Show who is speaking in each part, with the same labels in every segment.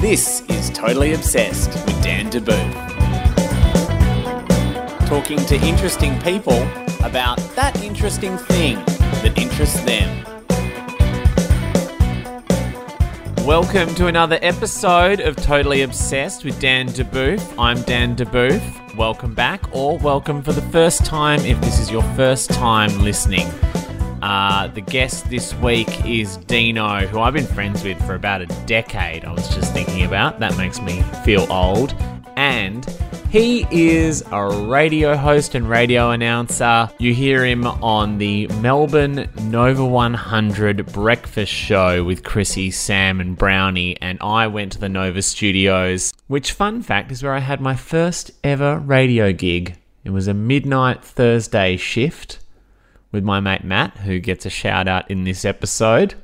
Speaker 1: This is Totally Obsessed with Dan DeBoo. Talking to interesting people about that interesting thing that interests them. Welcome to another episode of Totally Obsessed with Dan DeBoof. I'm Dan DeBoof. Welcome back, or welcome for the first time if this is your first time listening. Uh, the guest this week is Dino, who I've been friends with for about a decade. I was just thinking about that makes me feel old, and he is a radio host and radio announcer. You hear him on the Melbourne Nova 100 breakfast show with Chrissy, Sam, and Brownie. And I went to the Nova studios, which, fun fact, is where I had my first ever radio gig. It was a midnight Thursday shift with my mate Matt, who gets a shout out in this episode.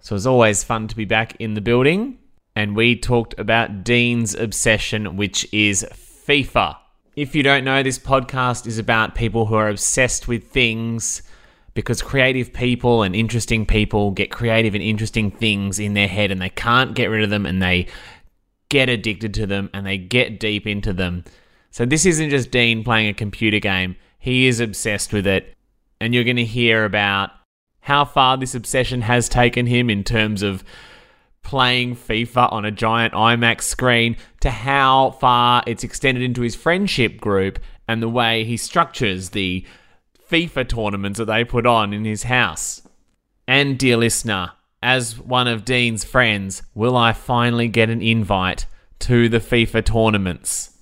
Speaker 1: So it's always fun to be back in the building. And we talked about Dean's obsession, which is FIFA. If you don't know, this podcast is about people who are obsessed with things because creative people and interesting people get creative and interesting things in their head and they can't get rid of them and they get addicted to them and they get deep into them. So this isn't just Dean playing a computer game. He is obsessed with it. And you're going to hear about how far this obsession has taken him in terms of playing FIFA on a giant IMAX screen to how far it's extended into his friendship group and the way he structures the FIFA tournaments that they put on in his house. And dear listener, as one of Dean's friends, will I finally get an invite to the FIFA tournaments?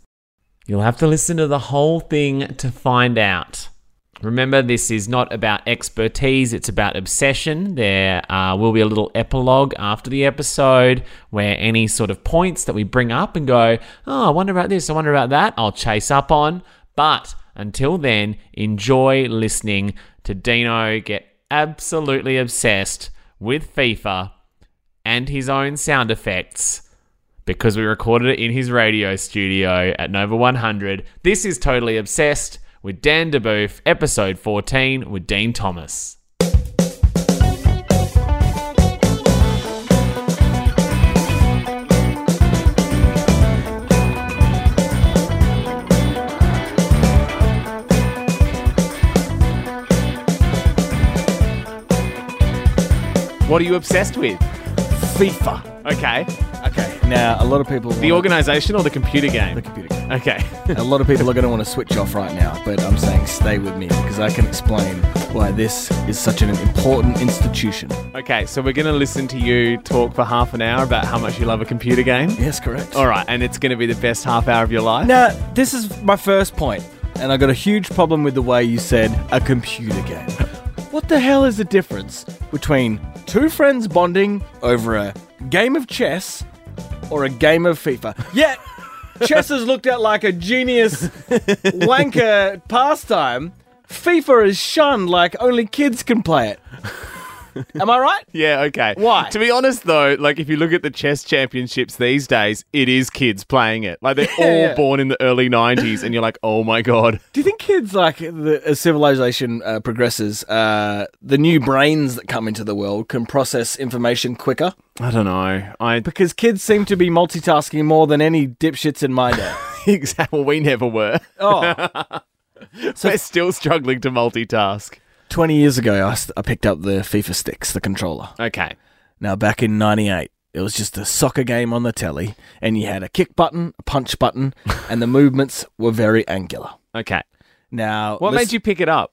Speaker 1: You'll have to listen to the whole thing to find out. Remember, this is not about expertise, it's about obsession. There uh, will be a little epilogue after the episode where any sort of points that we bring up and go, oh, I wonder about this, I wonder about that, I'll chase up on. But until then, enjoy listening to Dino get absolutely obsessed with FIFA and his own sound effects because we recorded it in his radio studio at Nova 100. This is Totally Obsessed with Dan DeBoof, episode 14 with Dean Thomas. What are you obsessed with?
Speaker 2: FIFA.
Speaker 1: Okay.
Speaker 2: Okay. Now, a lot of people.
Speaker 1: The
Speaker 2: wanna-
Speaker 1: organization or the computer game?
Speaker 2: The computer game.
Speaker 1: Okay.
Speaker 2: a lot of people are going to want to switch off right now, but I'm saying stay with me because I can explain why this is such an important institution.
Speaker 1: okay, so we're going to listen to you talk for half an hour about how much you love a computer game.
Speaker 2: Yes, correct.
Speaker 1: All right, and it's going to be the best half hour of your life.
Speaker 2: Now, this is my first point, and I got a huge problem with the way you said a computer game. What the hell is the difference between two friends bonding over a game of chess or a game of FIFA? Yet, chess is looked at like a genius wanker pastime. FIFA is shunned like only kids can play it. Am I right?
Speaker 1: Yeah, okay.
Speaker 2: Why?
Speaker 1: To be honest, though, like if you look at the chess championships these days, it is kids playing it. Like they're all
Speaker 2: yeah.
Speaker 1: born in the early 90s, and you're like, oh my God.
Speaker 2: Do you think kids, like the, as civilization uh, progresses, uh, the new brains that come into the world can process information quicker?
Speaker 1: I don't know. I.
Speaker 2: Because kids seem to be multitasking more than any dipshits in my day.
Speaker 1: Exactly. Well, we never were.
Speaker 2: Oh,
Speaker 1: We're still struggling to multitask.
Speaker 2: 20 years ago, I, s- I picked up the FIFA sticks, the controller.
Speaker 1: Okay.
Speaker 2: Now, back in 98, it was just a soccer game on the telly, and you had a kick button, a punch button, and the movements were very angular.
Speaker 1: Okay.
Speaker 2: Now,
Speaker 1: What made you pick it up?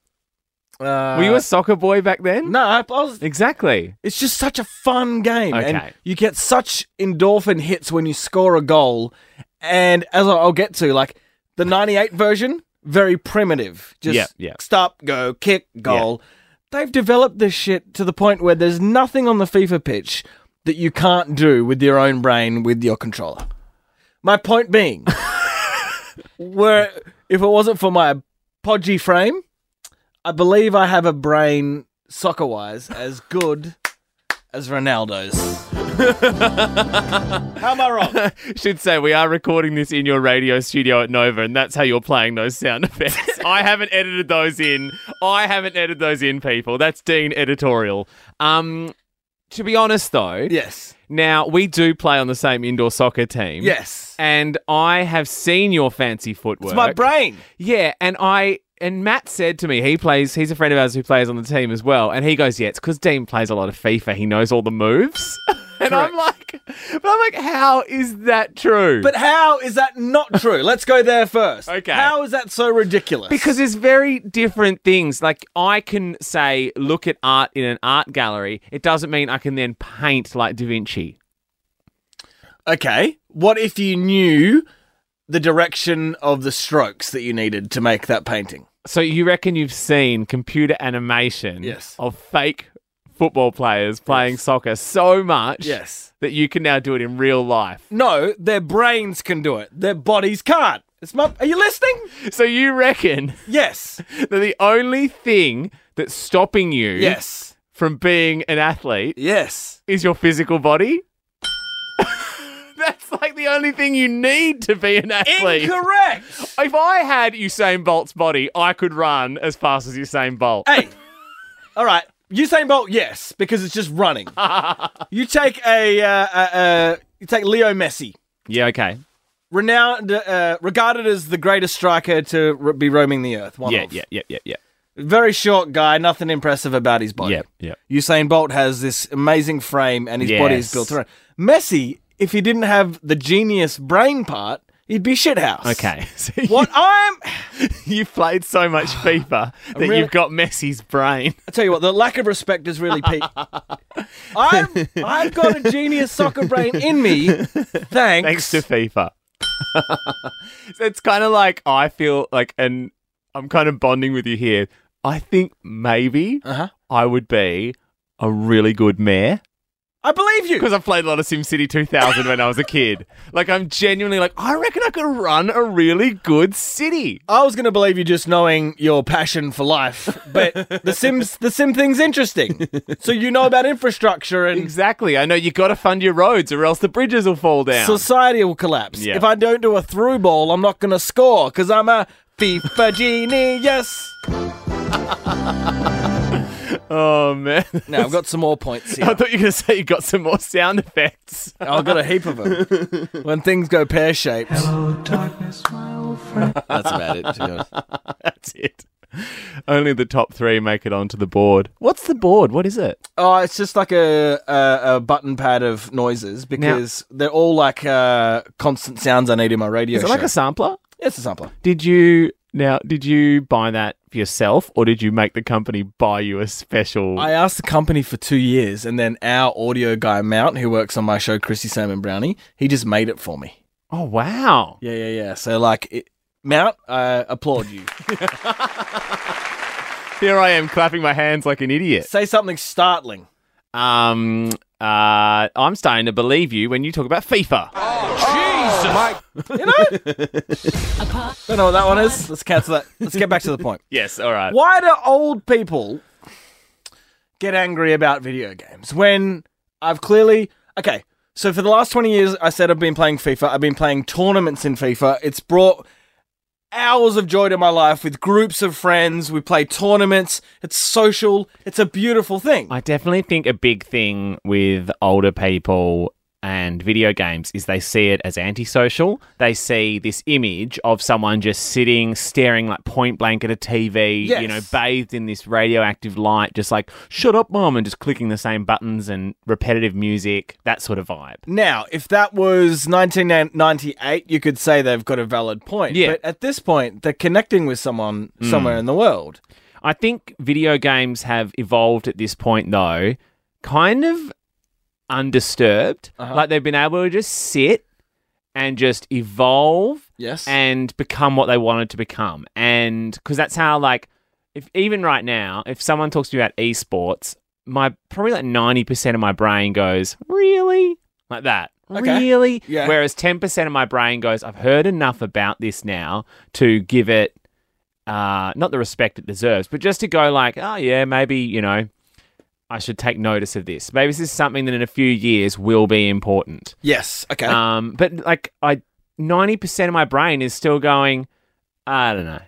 Speaker 2: you? Uh,
Speaker 1: Were you a soccer boy back then?
Speaker 2: no, I I was
Speaker 1: Exactly.
Speaker 2: It's just such a fun game.
Speaker 1: Okay.
Speaker 2: And you get such endorphin hits when you score a goal. And as I- I'll get to, like the 98 version, very primitive. Just
Speaker 1: Yeah, yeah.
Speaker 2: stop, go, kick, goal. They've developed this shit to the point where there's nothing on the FIFA pitch that you can't do with your own brain with your controller. My point being, where if it wasn't for my podgy frame, I believe I have a brain soccer wise as good as Ronaldo's. How am I wrong?
Speaker 1: Should say we are recording this in your radio studio at Nova, and that's how you're playing those sound effects. I haven't edited those in. I haven't edited those in, people. That's Dean editorial. Um, to be honest, though,
Speaker 2: Yes.
Speaker 1: now we do play on the same indoor soccer team.
Speaker 2: Yes.
Speaker 1: And I have seen your fancy footwork.
Speaker 2: It's my brain.
Speaker 1: Yeah, and I and Matt said to me, he plays. He's a friend of ours who plays on the team as well, and he goes, "Yeah, it's because Dean plays a lot of FIFA. He knows all the moves." and I'm like, but I'm like, how is that true?
Speaker 2: But how is that not true? Let's go there first.
Speaker 1: Okay.
Speaker 2: How is that so ridiculous?
Speaker 1: because it's very different things. Like I can say, look at art in an art gallery. It doesn't mean I can then paint like Da Vinci.
Speaker 2: Okay. What if you knew the direction of the strokes that you needed to make that painting?
Speaker 1: So you reckon you've seen computer animation
Speaker 2: Yes.
Speaker 1: of fake football players playing soccer so much
Speaker 2: Yes.
Speaker 1: that you can now do it in real life.
Speaker 2: No, their brains can do it. Their bodies can't. It's my Are you listening?
Speaker 1: So you reckon
Speaker 2: Yes.
Speaker 1: that the only thing that's stopping you
Speaker 2: Yes.
Speaker 1: from being an athlete
Speaker 2: Yes.
Speaker 1: is your physical body? that's like the only thing you need to be an athlete.
Speaker 2: Incorrect.
Speaker 1: if I had Usain Bolt's body, I could run as fast as Usain Bolt.
Speaker 2: hey. All right. Usain Bolt, yes, because it's just running. you take a uh, uh, uh, you take Leo Messi.
Speaker 1: Yeah, okay.
Speaker 2: Renowned, uh, regarded as the greatest striker to r- be roaming the earth. One
Speaker 1: Yeah,
Speaker 2: of.
Speaker 1: yeah, yeah, yeah, yeah.
Speaker 2: Very short guy, nothing impressive about his body.
Speaker 1: Yeah, yeah.
Speaker 2: Usain Bolt has this amazing frame and his body is
Speaker 1: Yes.
Speaker 2: built around. Messi, if he didn't have the genius brain part, he'd be shithouse.
Speaker 1: Okay. So you-
Speaker 2: What I'm
Speaker 1: You've played so much FIFA that
Speaker 2: really-
Speaker 1: you've got Messi's brain.
Speaker 2: I tell you what, the lack of respect is really peak. I'm I've got a genius soccer brain in me. Thanks.
Speaker 1: thanks to FIFA. so it's kind of like I feel like, and I'm kind of bonding with you here. I think maybe
Speaker 2: Uh-huh.
Speaker 1: I would be a really good mayor
Speaker 2: I believe you.
Speaker 1: because I played a lot of SimCity 2000 when I was a kid. Like I'm genuinely like I reckon I could run a really good city.
Speaker 2: I was gonna believe you just knowing your passion for life, but the Sims the Sim thing's interesting. So you know about infrastructure and
Speaker 1: Exactly. I know you got to fund your roads or else the bridges will fall down.
Speaker 2: Society will collapse.
Speaker 1: Yeah.
Speaker 2: If I don't do a through ball, I'm not going to score because I'm a FIFA genius.
Speaker 1: oh man.
Speaker 2: Now, I've got some more points
Speaker 1: I
Speaker 2: here.
Speaker 1: thought you were going to say you got some more sound effects.
Speaker 2: I've got a heap of them. When things go pear shaped. Hello, darkness, my old friend. That's about it, to be honest.
Speaker 1: That's it. Only the top three make it onto the board. What's the board? What is it?
Speaker 2: Oh, it's just like a, a, a button pad of noises because they're all like uh, constant sounds I need in my radio.
Speaker 1: Is it like
Speaker 2: show.
Speaker 1: a sampler?
Speaker 2: It's a sampler.
Speaker 1: Did you now? Did you buy that for yourself, or did you make the company buy you a special?
Speaker 2: I asked the company for two years, and then our audio guy, Mount, who works on my show, Chrissy Sam and Brownie, he just made it for me.
Speaker 1: oh wow!
Speaker 2: Yeah, yeah, yeah. So like, it, Mount, I applaud you.
Speaker 1: Here I am clapping my hands like an idiot.
Speaker 2: Say something startling.
Speaker 1: Um, uh, I'm starting to believe you when you talk about FIFA.
Speaker 2: You know? Don't know what that one is. Let's cancel that. Let's get back to the point.
Speaker 1: Yes, all right.
Speaker 2: Why do old people get angry about video games when I've clearly okay? So for the last twenty years, I said I've been playing FIFA. I've been playing tournaments in FIFA. It's brought hours of joy to my life with groups of friends. We play tournaments. It's social. It's a beautiful thing.
Speaker 1: I definitely think a big thing with older people and video games is they see it as antisocial. They see this image of someone just sitting, staring like point blank at a TV,
Speaker 2: Yes.
Speaker 1: you know, bathed in this radioactive light, just like, shut up, mom, and just clicking the same buttons and repetitive music, that sort of vibe.
Speaker 2: Now, if that was 1998, you could say they've got a valid point.
Speaker 1: Yeah. Hmm.
Speaker 2: But at this point, they're connecting with someone somewhere in the world.
Speaker 1: I think video games have evolved at this point, though, kind of undisturbed.
Speaker 2: Uh-huh.
Speaker 1: Like they've been able to just sit and just evolve
Speaker 2: Yes.
Speaker 1: and become what they wanted to become. And because that's how, like, if even right now, if someone talks to me about esports, my probably like 90% of my brain goes, Really? Like that.
Speaker 2: Okay.
Speaker 1: Really?
Speaker 2: Yeah.
Speaker 1: Whereas 10% of my brain goes, I've heard enough about this now to give it uh, not the respect it deserves, but just to go, like, Oh, yeah, maybe, you know. I should take notice of this. Maybe this is something that in a few years will be important.
Speaker 2: yes. Okay.
Speaker 1: Um, but like I, ninety percent of my brain is still going. I don't know.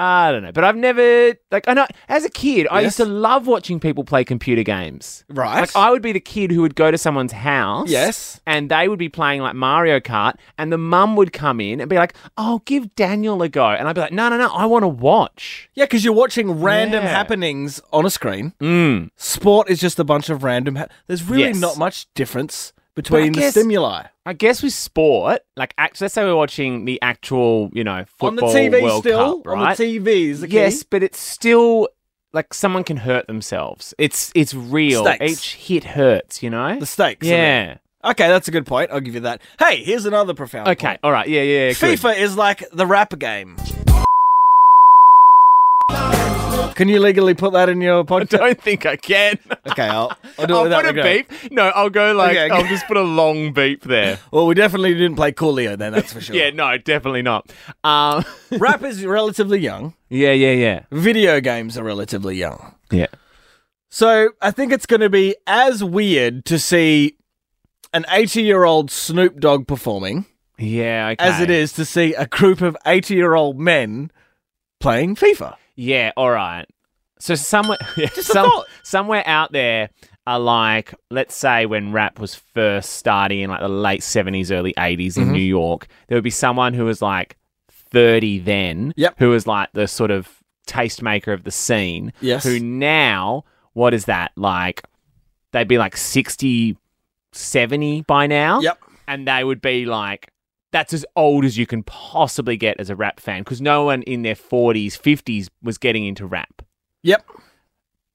Speaker 1: I don't know, but I've never like I know as a kid I used to
Speaker 2: Yes.
Speaker 1: love watching people play computer games.
Speaker 2: Right.
Speaker 1: Like I would be the kid who would go to someone's house.
Speaker 2: Yes.
Speaker 1: And they would be playing like Mario Kart and the mum would come in and be like, "Oh, give Daniel a go." And I'd be like, "No, no, no, I want to watch."
Speaker 2: Yeah, because you're watching random
Speaker 1: Yeah.
Speaker 2: happenings on a screen.
Speaker 1: Mm.
Speaker 2: Sport is just a bunch of random. Ha- There's really
Speaker 1: Yes.
Speaker 2: not much difference between the
Speaker 1: guess-
Speaker 2: stimuli
Speaker 1: I guess with sport, like act- let's say we're watching the actual, you know,
Speaker 2: on the
Speaker 1: football
Speaker 2: TV.
Speaker 1: World
Speaker 2: still
Speaker 1: Cup, right?
Speaker 2: on the TV is the key.
Speaker 1: Yes, but it's still like someone can hurt themselves. It's it's real.
Speaker 2: Stakes.
Speaker 1: Each hit hurts, you know.
Speaker 2: the stakes. are there.
Speaker 1: yeah.
Speaker 2: Okay, that's a good point. I'll give you that. Hey, here's another profound.
Speaker 1: Okay.
Speaker 2: point.
Speaker 1: All right. Yeah. Yeah. yeah good.
Speaker 2: FIFA is like the rap game. Can you legally put that in your
Speaker 1: I
Speaker 2: podcast?
Speaker 1: don't think I can.
Speaker 2: Okay, I'll, I'll do it
Speaker 1: I'll put
Speaker 2: without
Speaker 1: a
Speaker 2: regret.
Speaker 1: beep. No, I'll go like
Speaker 2: Okay.
Speaker 1: I'll just put a long beep there.
Speaker 2: Well, we definitely didn't play Coolio then, that's for sure.
Speaker 1: Yeah. No, definitely not. Um.
Speaker 2: Rap is relatively young.
Speaker 1: yeah. Yeah. Yeah.
Speaker 2: Video games are relatively young.
Speaker 1: Yeah.
Speaker 2: So I think it's going to be as weird to see an 80 year old Snoop Dogg performing
Speaker 1: Yeah. Okay.
Speaker 2: as it is to see a group of 80 year old men playing FIFA.
Speaker 1: Yeah. All right. So somewhere, yeah,
Speaker 2: a
Speaker 1: some-
Speaker 2: thought.
Speaker 1: somewhere out there are like, let's say when rap was first starting in like the late seventies, early 80s
Speaker 2: Mm-hmm.
Speaker 1: in New York, there would be someone who was like thirty then,
Speaker 2: Yep.
Speaker 1: who was like the sort of tastemaker of the scene,
Speaker 2: Yes.
Speaker 1: who now, what is that like? They'd be like 60, 70 by now,
Speaker 2: Yep.
Speaker 1: and they would be like. That's as old as you can possibly get as a rap fan because no one in their 40s, 50s was getting into rap.
Speaker 2: Yep.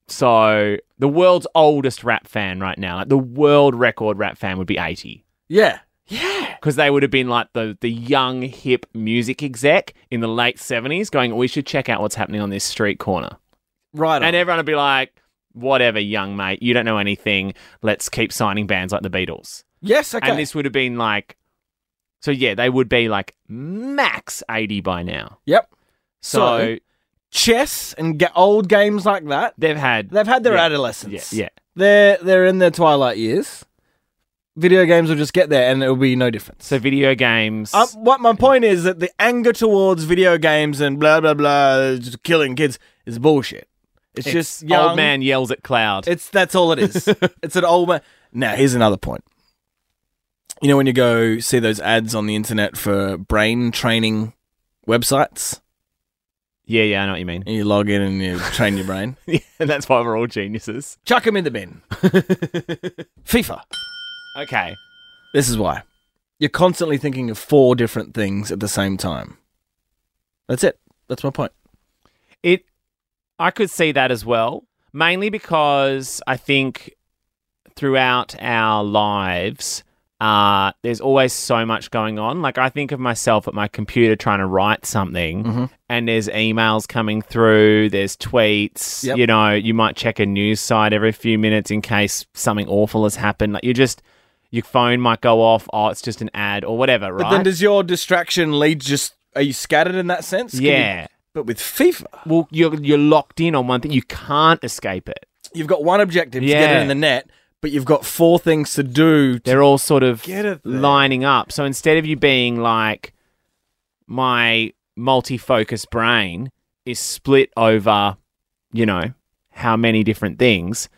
Speaker 1: So the world's oldest rap fan right now, like the world record rap fan would be 80.
Speaker 2: Yeah. Yeah.
Speaker 1: Because they would have been like the, the young, hip music exec in the late 70s going, we should check out what's happening on this street corner.
Speaker 2: Right.
Speaker 1: And
Speaker 2: on.
Speaker 1: everyone would be like, whatever, young mate, you don't know anything. Let's keep signing bands like the Beatles.
Speaker 2: yes. Okay.
Speaker 1: And this would have been like, so yeah, they would be like max 80 by now.
Speaker 2: yep.
Speaker 1: So,
Speaker 2: So- Chess and ga- old games like that.
Speaker 1: they've had.
Speaker 2: They've had their
Speaker 1: Yeah. yeah,
Speaker 2: adolescence.
Speaker 1: yeah.
Speaker 2: They're they're in their twilight years. Video games will just get there, and it'll be no difference.
Speaker 1: So video games.
Speaker 2: Uh, what my point is that the anger towards video games and blah blah blah, just killing kids is bullshit. It's, just young,
Speaker 1: old man yells at cloud.
Speaker 2: It's that's all it is. it's an old man. Now here's another point. You know when you go see those ads on the internet for brain training websites,
Speaker 1: Yeah, yeah, I know what you mean.
Speaker 2: and you log in and you train your brain.
Speaker 1: yeah, that's why we're all geniuses.
Speaker 2: Chuck them in the bin. FIFA.
Speaker 1: Okay.
Speaker 2: This is why. You're constantly thinking of four different things at the same time. That's it. That's my point.
Speaker 1: It I could see that as well, mainly because I think throughout our lives uh, there's always so much going on. Like I think of myself at my computer trying to write something,
Speaker 2: Mm-hmm.
Speaker 1: and there's emails coming through, there's tweets.
Speaker 2: Yep.
Speaker 1: You know, you might check a news site every few minutes in case something awful has happened. Like you just, your phone might go off. Oh, it's just an ad or whatever, right?
Speaker 2: But then does your distraction lead just are you scattered in that sense? Can you-
Speaker 1: yeah.
Speaker 2: but with FIFA,
Speaker 1: well, you're you're locked in on one thing. You can't escape it.
Speaker 2: you've got one objective to get it
Speaker 1: Yeah.
Speaker 2: in the net, but you've got four things to do to
Speaker 1: They're all sort of
Speaker 2: Get it there.
Speaker 1: lining up. So instead of you being like my multi-focus brain is split over, you know, how many different things,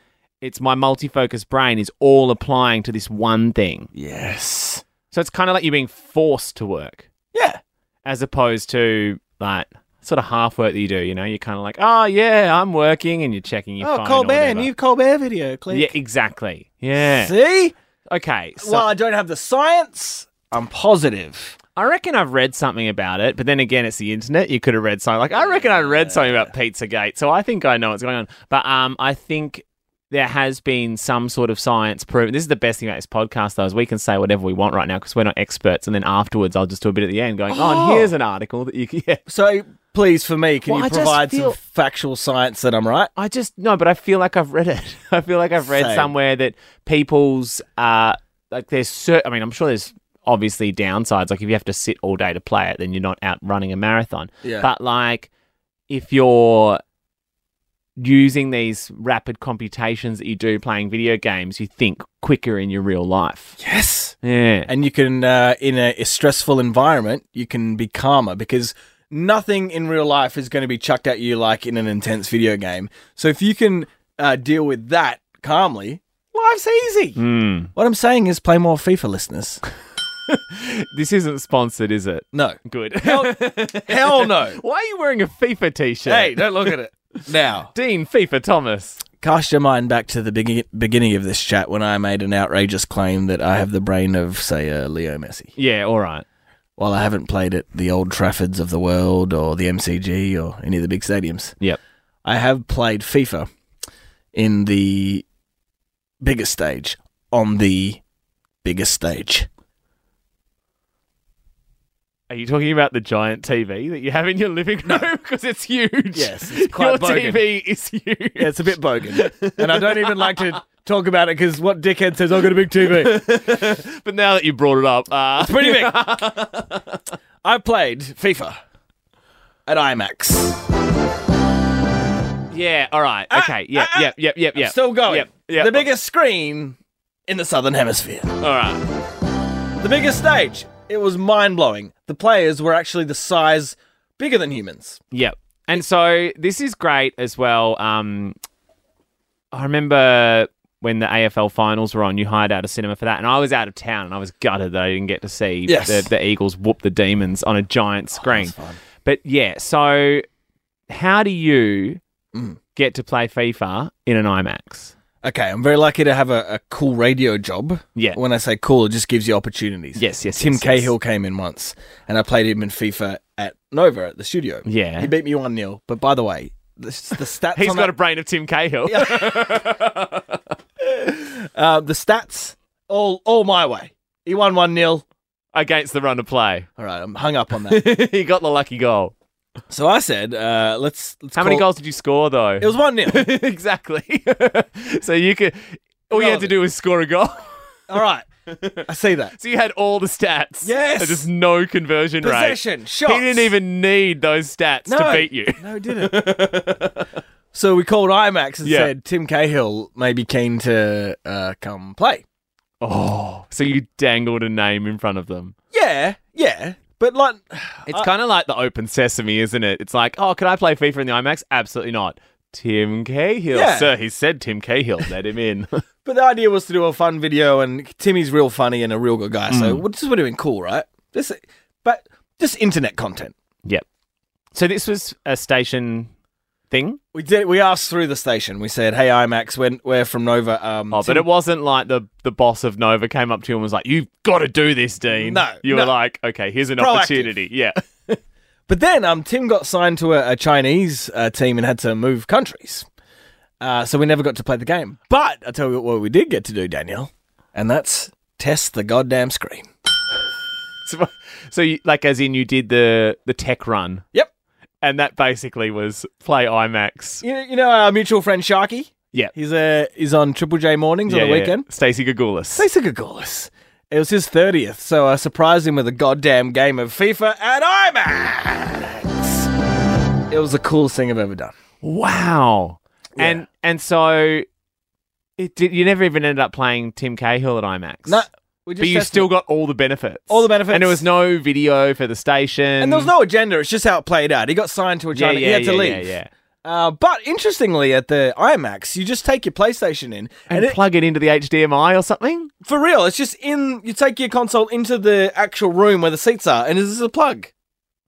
Speaker 1: it's my multi-focus brain is all applying to this one thing.
Speaker 2: Yes.
Speaker 1: So it's kind of like you're being forced to work
Speaker 2: Yeah.
Speaker 1: as opposed to like sort of half work that you do, you know, you're kind of like, "Oh yeah, I'm working," and you're checking your
Speaker 2: oh,
Speaker 1: phone or
Speaker 2: Colbert,
Speaker 1: whatever.
Speaker 2: new Colbert video clip.
Speaker 1: Yeah, exactly. Yeah.
Speaker 2: See?
Speaker 1: Okay. So
Speaker 2: well, I don't have the science. I'm positive.
Speaker 1: I reckon I've read something about it, but then again, it's the internet. You could have read something like I reckon I read something about Pizzagate, so I think I know what's going on. But um, I think there has been some sort of science proven. This is the best thing about this podcast, though, is we can say whatever we want right now because we're not experts, and then afterwards, I'll just do a bit at the end, going, "Oh, and
Speaker 2: Oh.
Speaker 1: here's an article that you can." Yeah.
Speaker 2: So please, for me, can
Speaker 1: Well, I
Speaker 2: you
Speaker 1: just
Speaker 2: provide
Speaker 1: feel-
Speaker 2: some factual science that I'm right?
Speaker 1: I just no, but I feel like I've read it. I feel like I've read
Speaker 2: Same.
Speaker 1: somewhere that people's uh like there's cer I mean, I'm sure there's obviously downsides. Like if you have to sit all day to play it, then you're not out running a marathon.
Speaker 2: Yeah.
Speaker 1: But like if you're using these rapid computations that you do playing video games, you think quicker in your real life.
Speaker 2: Yes.
Speaker 1: Yeah.
Speaker 2: and you can uh, in a, a stressful environment you can be calmer because nothing in real life is going to be chucked at you like in an intense video game. So if you can uh, deal with that calmly, life's easy. What I'm saying is play more FIFA, listeners.
Speaker 1: This isn't sponsored, is it?
Speaker 2: No.
Speaker 1: Good.
Speaker 2: Hell no.
Speaker 1: Why are you wearing a FIFA t-shirt?
Speaker 2: hey, don't look at it. Now,
Speaker 1: Dean FIFA Thomas.
Speaker 2: cast your mind back to the begin- beginning of this chat when I made an outrageous claim that I have the brain of, say, uh, Leo Messi.
Speaker 1: Yeah, all right.
Speaker 2: While I haven't played at the old Traffords of the world or the MCG or any of the big stadiums,
Speaker 1: Yep.
Speaker 2: I have played FIFA in the biggest stage, on the biggest stage.
Speaker 1: Are you talking about the giant TV that you have in your living room? Because it's huge.
Speaker 2: Yes, it's quite
Speaker 1: your
Speaker 2: bogan.
Speaker 1: TV is huge.
Speaker 2: Yeah, it's a bit bogan. and I don't even like to talk about it because what dickhead says, I've got a big TV?
Speaker 1: But now that you brought it up, uh,
Speaker 2: Pretty big. I played FIFA at IMAX.
Speaker 1: yeah, all right, okay, yeah,
Speaker 2: ah,
Speaker 1: yeah, yeah, yeah, yeah.
Speaker 2: Still going.
Speaker 1: Yep, yep.
Speaker 2: The biggest screen in the Southern Hemisphere.
Speaker 1: All right.
Speaker 2: The biggest stage. It was mind blowing. The players were actually the size bigger than humans.
Speaker 1: Yep. And so this is great as well. Um, I remember when the AFL finals were on, you hired out a cinema for that, and I was out of town, and I was gutted that I didn't get to see
Speaker 2: Yes.
Speaker 1: the, the Eagles whoop the Demons on a giant screen. but yeah, so how do you get to play FIFA in an IMAX?
Speaker 2: Okay, I'm very lucky to have a, a cool radio job.
Speaker 1: Yeah.
Speaker 2: When I say cool, it just gives you opportunities.
Speaker 1: Yes, yes,
Speaker 2: Tim
Speaker 1: yes, yes.
Speaker 2: Cahill came in once, and I played him in FIFA at Nova at the studio.
Speaker 1: Yeah.
Speaker 2: He beat me 1 0. But by the way, the, s- the stats.
Speaker 1: He's
Speaker 2: on
Speaker 1: got a
Speaker 2: that,
Speaker 1: brain of Tim Cahill.
Speaker 2: uh, the stats all all my way. He won 1 0.
Speaker 1: against the run of play.
Speaker 2: All right, I'm hung up on that.
Speaker 1: he got the lucky goal.
Speaker 2: so I said, uh, let's, let's.
Speaker 1: How many
Speaker 2: call-
Speaker 1: goals did you score though?
Speaker 2: It was 1 0.
Speaker 1: exactly. so you could all you had to do was score a goal.
Speaker 2: all right. I see that.
Speaker 1: So you had all the stats.
Speaker 2: Yes.
Speaker 1: And just no conversion
Speaker 2: Possession,
Speaker 1: rate.
Speaker 2: shots.
Speaker 1: He didn't even need those stats to
Speaker 2: No.
Speaker 1: beat you.
Speaker 2: No, it didn't. so we called IMAX and
Speaker 1: Yeah.
Speaker 2: said Tim Cahill may be keen to uh, come play.
Speaker 1: Oh. So you dangled a name in front of them.
Speaker 2: Yeah, yeah, but like, Uh,
Speaker 1: It's kind of like the open sesame, isn't it? It's like, oh, can I play FIFA in the IMAX? Absolutely not. Tim Cahill.
Speaker 2: Yeah.
Speaker 1: Sir, he said Tim Cahill. Let him in.
Speaker 2: but the idea was to do a fun video, and Timmy's real funny and a real good guy,
Speaker 1: Mm.
Speaker 2: so we're just we're doing cool, right? This, but just internet content.
Speaker 1: yep. So this was a station thing.
Speaker 2: We did. We asked through the station. We said, "Hey, IMAX, we're, we're from Nova." Um,
Speaker 1: Oh, but it wasn't like the, the boss of Nova came up to you and was like, You've got to do this, Dean.
Speaker 2: No,
Speaker 1: You
Speaker 2: no.
Speaker 1: were like, Okay, here's an
Speaker 2: Proactive.
Speaker 1: opportunity. Yeah.
Speaker 2: But then um, Tim got signed to a, a Chinese uh, team and had to move countries. Uh, so we never got to play the game. But I tell you what we did get to do, Danielle, and that's test the goddamn screen.
Speaker 1: So, so you, like, as in, you did the, the tech run,
Speaker 2: Yep.
Speaker 1: and that basically was play IMAX.
Speaker 2: You, you know our mutual friend Sharky?
Speaker 1: Yeah.
Speaker 2: He's uh, he's on Triple J mornings on the weekend.
Speaker 1: Stacey Gagulis.
Speaker 2: Lisa Gagolis. It was his 30th, so I surprised him with a goddamn game of FIFA at IMAX. It was the coolest thing I've ever done.
Speaker 1: Wow. And and so it did, you never even ended up playing Tim Cahill at IMAX.
Speaker 2: No, we just
Speaker 1: But you
Speaker 2: tested
Speaker 1: still
Speaker 2: it.
Speaker 1: got all the benefits.
Speaker 2: All the benefits.
Speaker 1: And there was no video for the station.
Speaker 2: And there was no agenda, it's just how it played out. He got signed to a
Speaker 1: yeah,
Speaker 2: China,
Speaker 1: yeah,
Speaker 2: he had to
Speaker 1: yeah,
Speaker 2: leave.
Speaker 1: Yeah, yeah.
Speaker 2: Uh, but interestingly, at the IMAX, you just take your PlayStation in, and,
Speaker 1: And,
Speaker 2: it,
Speaker 1: plug it into the HDMI or something.
Speaker 2: for real, it's just in. You take your console into the actual room where the seats are, and it's just a plug.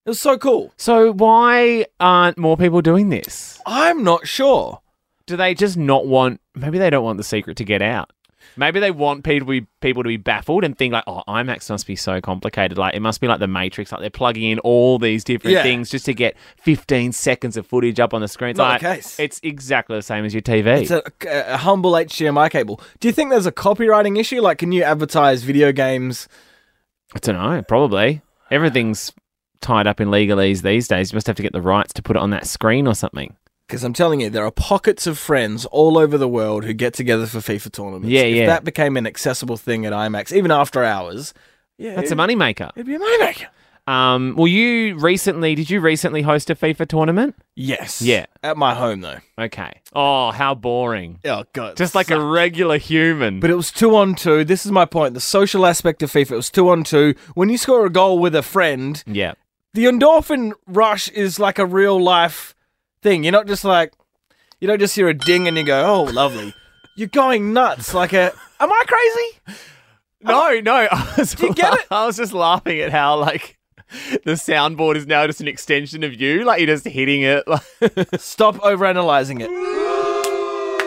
Speaker 2: It was so cool.
Speaker 1: So why aren't more people doing this?
Speaker 2: I'm not sure.
Speaker 1: Do they just not want? Maybe they don't want the secret to get out. Maybe they want people to be people to be baffled and think like, oh, IMAX must be so complicated. Like it must be like the Matrix. Like they're plugging in all these different
Speaker 2: Yeah.
Speaker 1: things just to get 15 seconds of footage up on the screen. It's
Speaker 2: Not the
Speaker 1: like,
Speaker 2: case.
Speaker 1: It's exactly the same as your TV.
Speaker 2: It's a, a humble HDMI cable. Do you think there's a copywriting issue? Like, can you advertise video games?
Speaker 1: I don't know. Probably everything's tied up in legalese these days. You must have to get the rights to put it on that screen or something.
Speaker 2: Because I'm telling you, there are pockets of friends all over the world who get together for FIFA tournaments.
Speaker 1: Yeah,
Speaker 2: if
Speaker 1: yeah.
Speaker 2: that became an accessible thing at IMAX, even after hours, yeah,
Speaker 1: That's
Speaker 2: it,
Speaker 1: a moneymaker.
Speaker 2: it'd be a moneymaker.
Speaker 1: Um, well, you recently did you recently host a FIFA tournament?
Speaker 2: Yes.
Speaker 1: Yeah.
Speaker 2: At my home though.
Speaker 1: Okay. Oh, how boring.
Speaker 2: Oh god.
Speaker 1: Just like a regular human.
Speaker 2: But it was two on two. This is my point. The social aspect of FIFA. It was two on two. When you score a goal with a friend,
Speaker 1: yeah.
Speaker 2: the endorphin rush is like a real life thing. You're not just like, you don't just hear a ding and you go, oh, lovely. You're going nuts. Like a, am I crazy?
Speaker 1: No, no. I was,
Speaker 2: you get it?
Speaker 1: I was just laughing at how like the soundboard is now just an extension of you. Like you're just hitting it. Like,
Speaker 2: Stop overanalyzing it.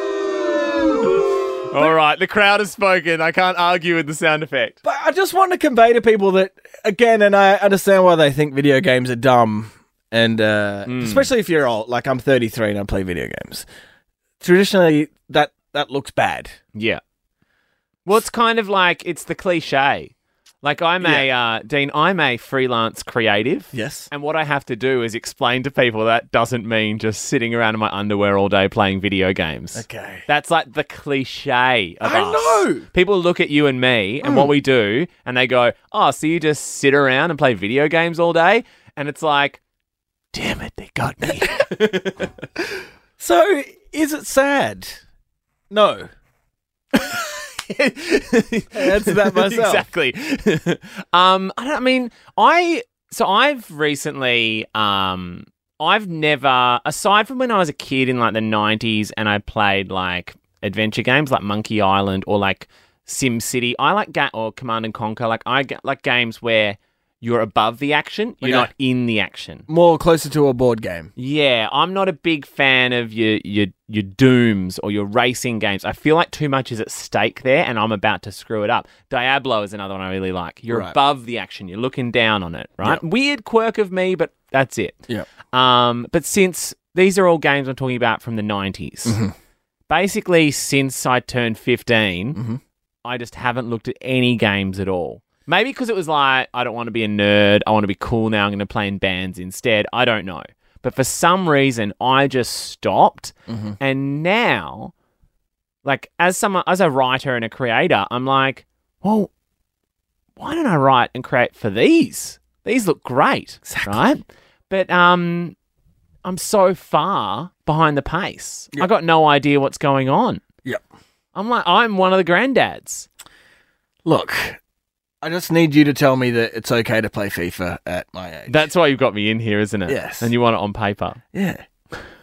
Speaker 1: all right, the crowd has spoken. I can't argue with the sound effect.
Speaker 2: But I just want to convey to people that, again, and I understand why they think video games are dumb. And uh, especially if you're old, like I'm 33 and I play video games. Traditionally, that, that looks bad.
Speaker 1: Yeah. Well, it's kind of like it's the cliche. Like I'm a uh, Dean. I'm a freelance creative.
Speaker 2: Yes.
Speaker 1: And what I have to do is explain to people that doesn't mean just sitting around in my underwear all day playing video games.
Speaker 2: Okay.
Speaker 1: That's like the cliche of
Speaker 2: I
Speaker 1: us.
Speaker 2: know. Mm.
Speaker 1: People look at you and me and what we do, and they go, "Oh, so you just sit around and play video games all day?" And it's like, "Damn it, they got me."
Speaker 2: So, is it sad? No. answered that myself.
Speaker 1: exactly. um, I don't. I mean, I so I've recently um. I've never, aside from when I was a kid in like the 90s and I played like adventure games like Monkey Island or like Sim City, I like ga- or Command and Conquer. Like I ga- like games where you're above the action, you're
Speaker 2: Okay.
Speaker 1: not in the action.
Speaker 2: More closer to a board game.
Speaker 1: Yeah, I'm not a big fan of your your your dooms or your racing games. I feel like too much is at stake there, and I'm about to screw it up. Diablo is another one I really like. You're
Speaker 2: Right.
Speaker 1: above the action. You're looking down on it. Right? Weird quirk of me, but that's it.
Speaker 2: Yeah.
Speaker 1: Um, but since these are all games I'm talking about from the 90s, basically since I turned 15, I just haven't looked at any games at all. Maybe because it was like, I don't want to be a nerd. I want to be cool now. I'm going to play in bands instead. I don't know. But for some reason, I just stopped. And now, like, as someone, as a writer and a creator, I'm like, well, why don't I write and create for these? These look great, right? But um, I'm so far behind the pace. I got no idea what's going on.
Speaker 2: Yep.
Speaker 1: I'm like, I'm one of the granddads.
Speaker 2: Look, I just need you to tell me that it's okay to play FIFA at my age.
Speaker 1: That's why you've got me in here, isn't it?
Speaker 2: Yes.
Speaker 1: And you want it on paper.
Speaker 2: yeah.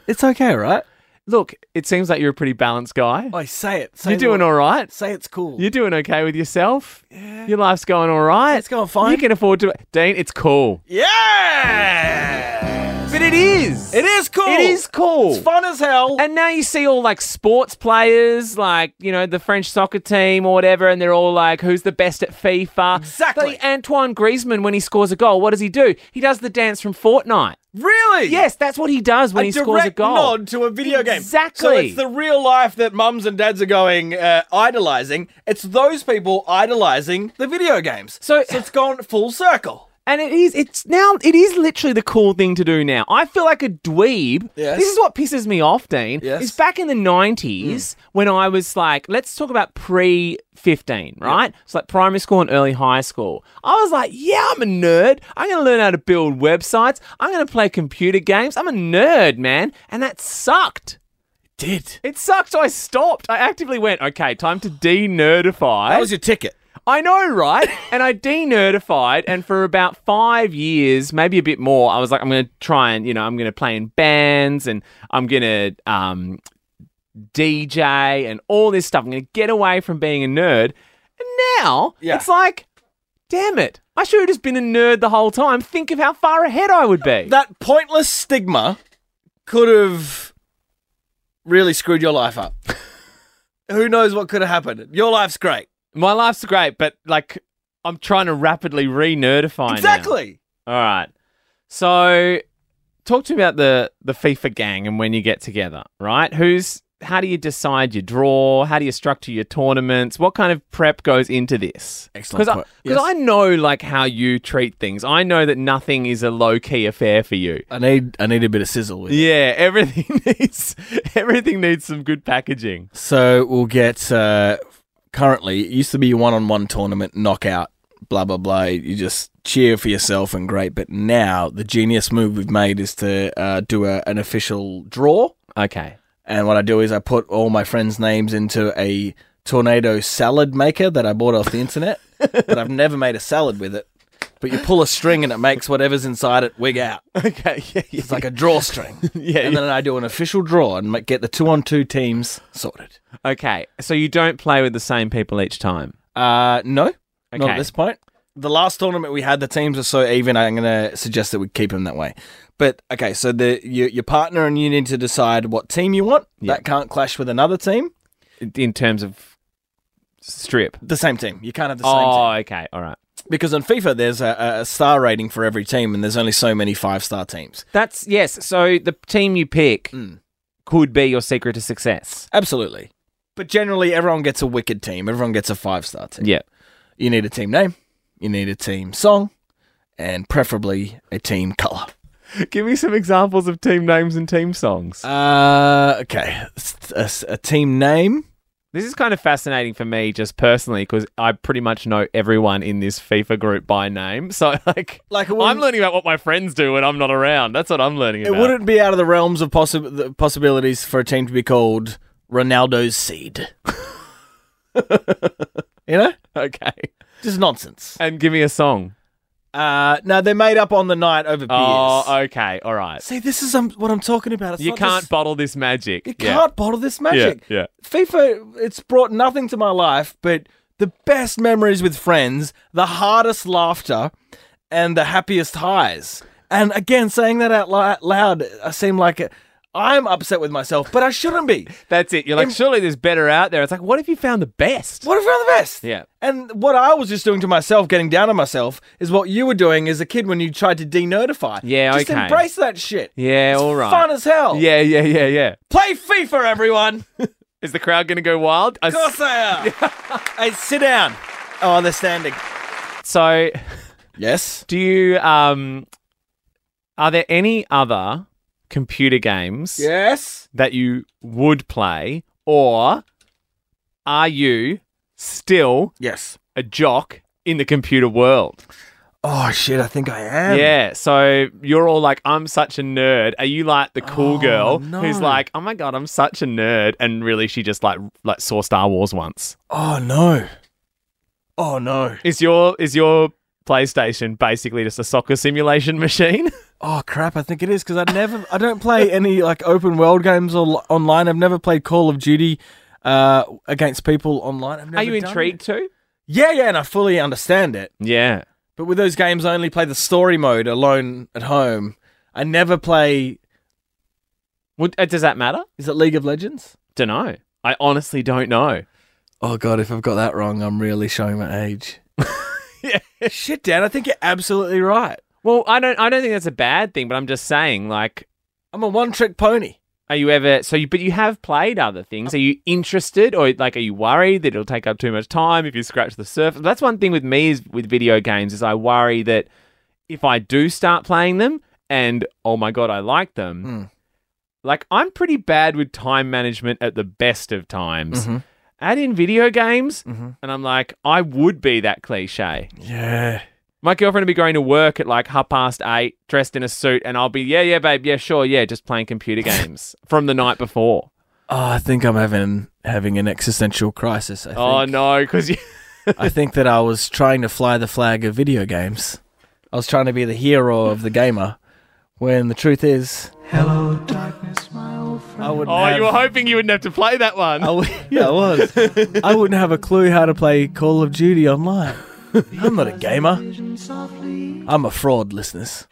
Speaker 2: It's okay, right?
Speaker 1: Look, it seems like you're a pretty balanced guy.
Speaker 2: I say it. Say
Speaker 1: You're doing
Speaker 2: what-
Speaker 1: all right.
Speaker 2: Say it's cool.
Speaker 1: You're doing okay with yourself. Yeah. Your life's going all right.
Speaker 2: It's going fine.
Speaker 1: You can afford to. Dean, it's cool.
Speaker 2: yeah.
Speaker 1: But it is.
Speaker 2: It is cool.
Speaker 1: It is cool.
Speaker 2: It's fun as hell.
Speaker 1: And now you see all like sports players, like, you know, the French soccer team or whatever, and they're all like, who's the best at FIFA?
Speaker 2: Exactly.
Speaker 1: Bloody Antoine Griezmann, when he scores a goal, what does he do? He does the dance from Fortnite.
Speaker 2: really?
Speaker 1: Yes, that's what he does when
Speaker 2: a
Speaker 1: he
Speaker 2: direct
Speaker 1: scores a goal.
Speaker 2: nod to a video game. So
Speaker 1: Exactly.
Speaker 2: it's the real life that mums and dads are going uh, idolizing. It's those people idolizing the video games.
Speaker 1: So-
Speaker 2: so it's gone full circle.
Speaker 1: And it is, it's now, it is literally the cool thing to do now. I feel like a dweeb.
Speaker 2: Yes.
Speaker 1: This is what pisses me off, Dean.
Speaker 2: Yes. Mm.
Speaker 1: Is back in the 90s when I was like, let's talk about pre 15, right? It's like primary school and early high school. I was like, yeah, I'm a nerd. I'm going to learn how to build websites. I'm going to play computer games. I'm a nerd, man. And that sucked.
Speaker 2: Did
Speaker 1: It sucked. So I stopped. I actively went, okay, time to de nerdify.
Speaker 2: that was your ticket?
Speaker 1: I know, right? and I denerdified, and for about five years, maybe a bit more, I was like, I'm going to try and, you know, I'm going to play in bands and I'm going to um, DJ and all this stuff. I'm going to get away from being a nerd. And now
Speaker 2: Yeah.
Speaker 1: it's like, damn it, I should have just been a nerd the whole time. Think of how far ahead I would be.
Speaker 2: That pointless stigma could have really screwed your life up. Who knows what could have happened? Your life's great.
Speaker 1: My life's great, but like, I'm trying to rapidly re nerdify
Speaker 2: Exactly.
Speaker 1: All right. So, talk to me about the the FIFA gang and when you get together, right? Who's how do you decide your draw? How do you structure your tournaments? What kind of prep goes into this?
Speaker 2: Excellent
Speaker 1: Because
Speaker 2: point.
Speaker 1: I, 'cause
Speaker 2: Yes.
Speaker 1: I know like how you treat things. I know that nothing is a low key affair for you.
Speaker 2: I need I need a bit of sizzle with it.
Speaker 1: Yeah, everything needs everything needs some good packaging.
Speaker 2: So we'll get uh, currently it used to be a one-on-one tournament knockout, blah blah blah. You just cheer for yourself and great. But now the genius move we've made is to uh, do a, an official draw.
Speaker 1: Okay.
Speaker 2: And what I do is I put all my friends' names into a tornado salad maker that I bought off the internet, but I've never made a salad with it. but you pull a string and it makes whatever's inside it wig out.
Speaker 3: Okay, yeah, yeah.
Speaker 2: It's like a drawstring.
Speaker 3: Yeah,
Speaker 2: and then I do an official draw and ma- get the two on two teams sorted.
Speaker 1: Okay, so you don't play with the same people each time.
Speaker 2: Uh, no, not
Speaker 1: Okay.
Speaker 2: at this point. The last tournament we had, the teams were so even. I'm going to suggest that we keep them that way. But okay, so the your, your partner and you need to decide what team you want.
Speaker 1: Yeah.
Speaker 2: That can't clash with another team.
Speaker 1: in terms of strip.
Speaker 2: The same team. You can't have the same
Speaker 1: Oh,
Speaker 2: team
Speaker 1: okay, all right.
Speaker 2: because on FIFA there's a, a- a star rating for every team, and there's only so many five star teams.
Speaker 1: That's yes. So the team you pick
Speaker 2: Mm.
Speaker 1: could be your secret to success.
Speaker 2: Absolutely. But generally, everyone gets a wicked team. Everyone gets a five star team.
Speaker 1: Yeah.
Speaker 2: You need a team name. You need a team song, and preferably a team color.
Speaker 1: Give me some examples of team names and team songs.
Speaker 2: Uh, okay. S- A, s- a team name.
Speaker 1: this is kind of fascinating for me, just personally, because I pretty much know everyone in this FIFA group by name. So like,
Speaker 2: Like it
Speaker 1: I'm
Speaker 2: wouldn't,
Speaker 1: learning about what my friends do when I'm not around. That's what I'm learning
Speaker 2: it
Speaker 1: about.
Speaker 2: wouldn't be out of the realms of possi- the possibilities for a team to be called Ronaldo's Seed. you know,
Speaker 1: Okay,
Speaker 2: just nonsense.
Speaker 1: and give me a song.
Speaker 2: Uh, no, they're made up on the night over beers.
Speaker 1: Oh, okay, all right.
Speaker 2: See, this is um, what I'm talking about. It's
Speaker 1: you
Speaker 2: not
Speaker 1: can't
Speaker 2: just-
Speaker 1: bottle this magic.
Speaker 2: you
Speaker 1: Yeah.
Speaker 2: can't bottle this magic.
Speaker 1: Yeah, yeah.
Speaker 2: FIFA, it's brought nothing to my life but the best memories with friends, the hardest laughter, and the happiest highs. And again, saying that out li- loud, I seem like a, I'm upset with myself, but I shouldn't be.
Speaker 1: That's it. You're like,
Speaker 2: Em-
Speaker 1: surely there's better out there. It's like, what if you found the best?
Speaker 2: What if you're the best?
Speaker 1: Yeah.
Speaker 2: And what I was just doing to myself, getting down on myself, is what you were doing as a kid when you tried to denotify.
Speaker 1: Yeah,
Speaker 2: Just
Speaker 1: okay.
Speaker 2: embrace that shit.
Speaker 1: Yeah,
Speaker 2: It's
Speaker 1: all right.
Speaker 2: Fun as hell.
Speaker 1: Yeah, yeah, yeah, yeah.
Speaker 2: Play FIFA, everyone.
Speaker 1: Is the crowd going to go wild? I s-
Speaker 2: Of course they are. hey, sit down. Oh, they're standing.
Speaker 1: so,
Speaker 2: Yes.
Speaker 1: do you um are there any other computer games
Speaker 2: Yes.
Speaker 1: that you would play or are you still
Speaker 2: Yes.
Speaker 1: a jock in the computer world?
Speaker 2: Oh shit! I think I am.
Speaker 1: yeah, so you're all like I'm such a nerd. Are you like the cool
Speaker 2: Oh,
Speaker 1: girl who's
Speaker 2: no.
Speaker 1: like, "Oh my god, I'm such a nerd." And really she just like like saw Star Wars once.
Speaker 2: Oh no. Oh no.
Speaker 1: Is your is your PlayStation basically just a soccer simulation machine?
Speaker 2: Oh crap! I think it is because I never. I don't play any like open world games or li- online. I've never played Call of Duty uh, against people online. I've never
Speaker 1: Are you
Speaker 2: done
Speaker 1: intrigued
Speaker 2: it.
Speaker 1: too?
Speaker 2: Yeah, yeah, and I fully understand it.
Speaker 1: Yeah.
Speaker 2: But with those games, I only play the story mode alone at home. I never play.
Speaker 1: Would, uh, does that matter?
Speaker 2: Is it League of Legends?
Speaker 1: Don't know. I honestly don't know.
Speaker 2: Oh god, if I've got that wrong, I'm really showing my age.
Speaker 1: Yeah.
Speaker 2: Shit, Dan, I think you're absolutely right.
Speaker 1: Well, I don't. I don't think that's a bad thing. But I'm just saying, like,
Speaker 2: I'm a one-trick pony.
Speaker 1: are you ever? So, you, but you have played other things. Are you interested, or like, are you worried that it'll take up too much time if you scratch the surface? That's one thing with me is with video games is I worry that if I do start playing them, and oh my god, I like them.
Speaker 2: Mm.
Speaker 1: Like, I'm pretty bad with time management at the best of times.
Speaker 2: Mhm.
Speaker 1: Add in video games,
Speaker 2: Mhm.
Speaker 1: and I'm like, I would be that cliche.
Speaker 2: Yeah.
Speaker 1: My girlfriend will be going to work at like half past eight, dressed in a suit, and I'll be, yeah, yeah, babe, yeah, sure, yeah, just playing computer games from the night before.
Speaker 2: Oh, I think I'm having having an existential crisis. I think.
Speaker 1: Oh, no, because you.
Speaker 2: I think that I was trying to fly the flag of video games. I was trying to be the hero of the gamer, when the truth is, hello darkness, my old friend.
Speaker 1: Oh,
Speaker 2: I
Speaker 1: you
Speaker 2: wouldn't
Speaker 1: were
Speaker 2: have.
Speaker 1: hoping you wouldn't have to play that one.
Speaker 2: I w- yeah, I was. I wouldn't have a clue how to play Call of Duty online. I'm not a gamer. I'm a fraud, listeners.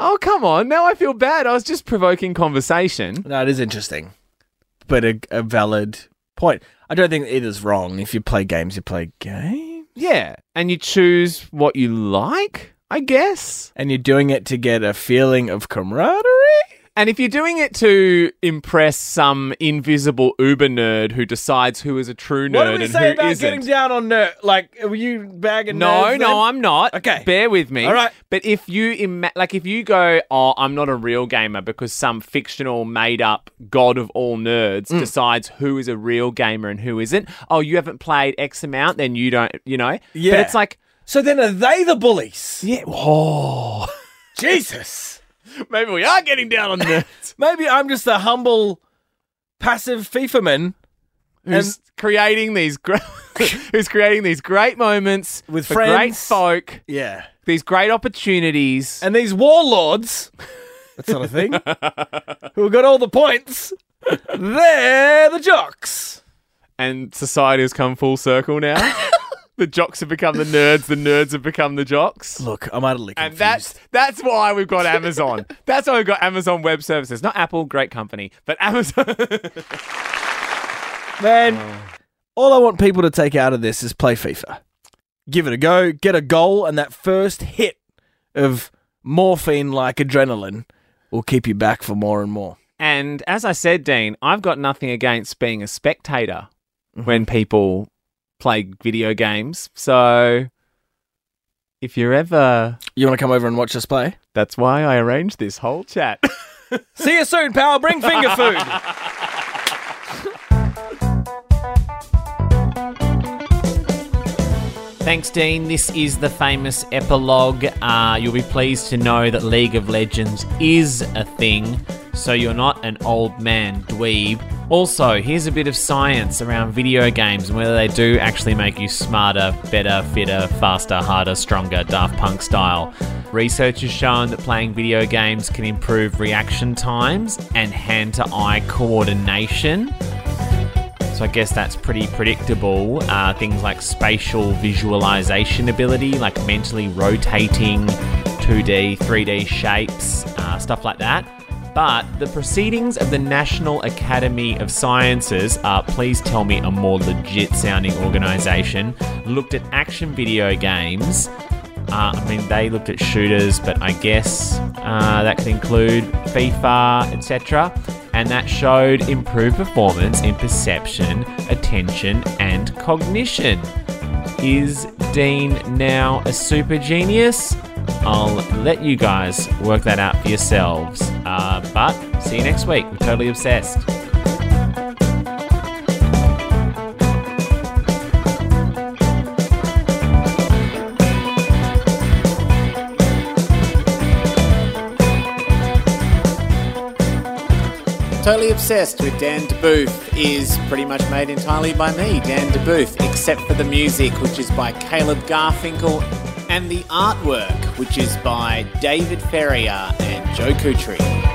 Speaker 1: Oh, come on. Now I feel bad. I was just provoking conversation.
Speaker 2: No, it is interesting, but a, a valid point. I don't think either's wrong. If you play games, you play games,
Speaker 1: Yeah. And you choose what you like, I guess.
Speaker 2: and you're doing it to get a feeling of camaraderie.
Speaker 1: And if you're doing it to impress some invisible Uber nerd who decides who is a true nerd
Speaker 2: What do we
Speaker 1: and
Speaker 2: say
Speaker 1: who
Speaker 2: about
Speaker 1: isn't.
Speaker 2: getting down on nerd? Like, were you bagging?
Speaker 1: No,
Speaker 2: nerds
Speaker 1: no, I'm not.
Speaker 2: Okay.
Speaker 1: bear with me.
Speaker 2: All right.
Speaker 1: but if you ima- like, if you go, oh, I'm not a real gamer because some fictional, made-up god of all nerds
Speaker 2: Mm.
Speaker 1: decides who is a real gamer and who isn't. Oh, you haven't played X amount, then you don't. You know.
Speaker 2: Yeah.
Speaker 1: But it's like,
Speaker 2: So then, are they the bullies?
Speaker 1: yeah. Oh,
Speaker 2: Jesus.
Speaker 1: maybe we are getting down on nerds.
Speaker 2: Maybe I'm just a humble, passive FIFA man
Speaker 4: who's creating these gr- who's creating these great moments
Speaker 2: With
Speaker 4: for great
Speaker 2: friends.
Speaker 4: folk,
Speaker 2: Yeah.
Speaker 4: these great opportunities.
Speaker 2: And these warlords, that's not a thing, who got all the points, they're the jocks.
Speaker 4: and society has come full circle now. the jocks have become the nerds, the nerds have become the jocks.
Speaker 2: Look, I'm utterly confused.
Speaker 4: And that's that's why we've got Amazon. that's why we've got Amazon Web Services. Not Apple, great company, but Amazon.
Speaker 2: Man, all I want people to take out of this is play FIFA. Give it a go, get a goal, and that first hit of morphine like adrenaline will keep you back for more and more.
Speaker 4: and as I said, Dean, I've got nothing against being a spectator
Speaker 2: Mm-hmm.
Speaker 4: when people play video games. So if you're ever
Speaker 2: You want to come over and watch us play?
Speaker 4: that's why I arranged this whole chat.
Speaker 2: See you soon, pal. Bring finger food.
Speaker 1: Thanks, Dean. This is the famous epilogue. Uh, you'll be pleased to know that League of Legends is a thing, so you're not an old man dweeb. Also, here's a bit of science around video games and whether they do actually make you smarter, better, fitter, faster, harder, stronger, Daft Punk style. Research has shown that playing video games can improve reaction times and hand to eye coordination. So I guess that's pretty predictable. Uh, things like spatial visualization ability, like mentally rotating 2D, 3D shapes, uh, stuff like that. But the proceedings of the National Academy of Sciences, uh, please tell me a more legit sounding organization, looked at action video games. Uh, I mean, they looked at shooters, but I guess uh, that could include FIFA, etc. And that showed improved performance in perception, attention, and cognition. Is Dean now a super genius? I'll let you guys work that out for yourselves. Uh, but see you next week. We're totally obsessed.
Speaker 5: Totally Obsessed with Dan DeBooth is pretty much made entirely by me, Dan DeBooth, except for the music, which is by Caleb Garfinkel, and the artwork, which is by David Ferrier and Joe Kutry.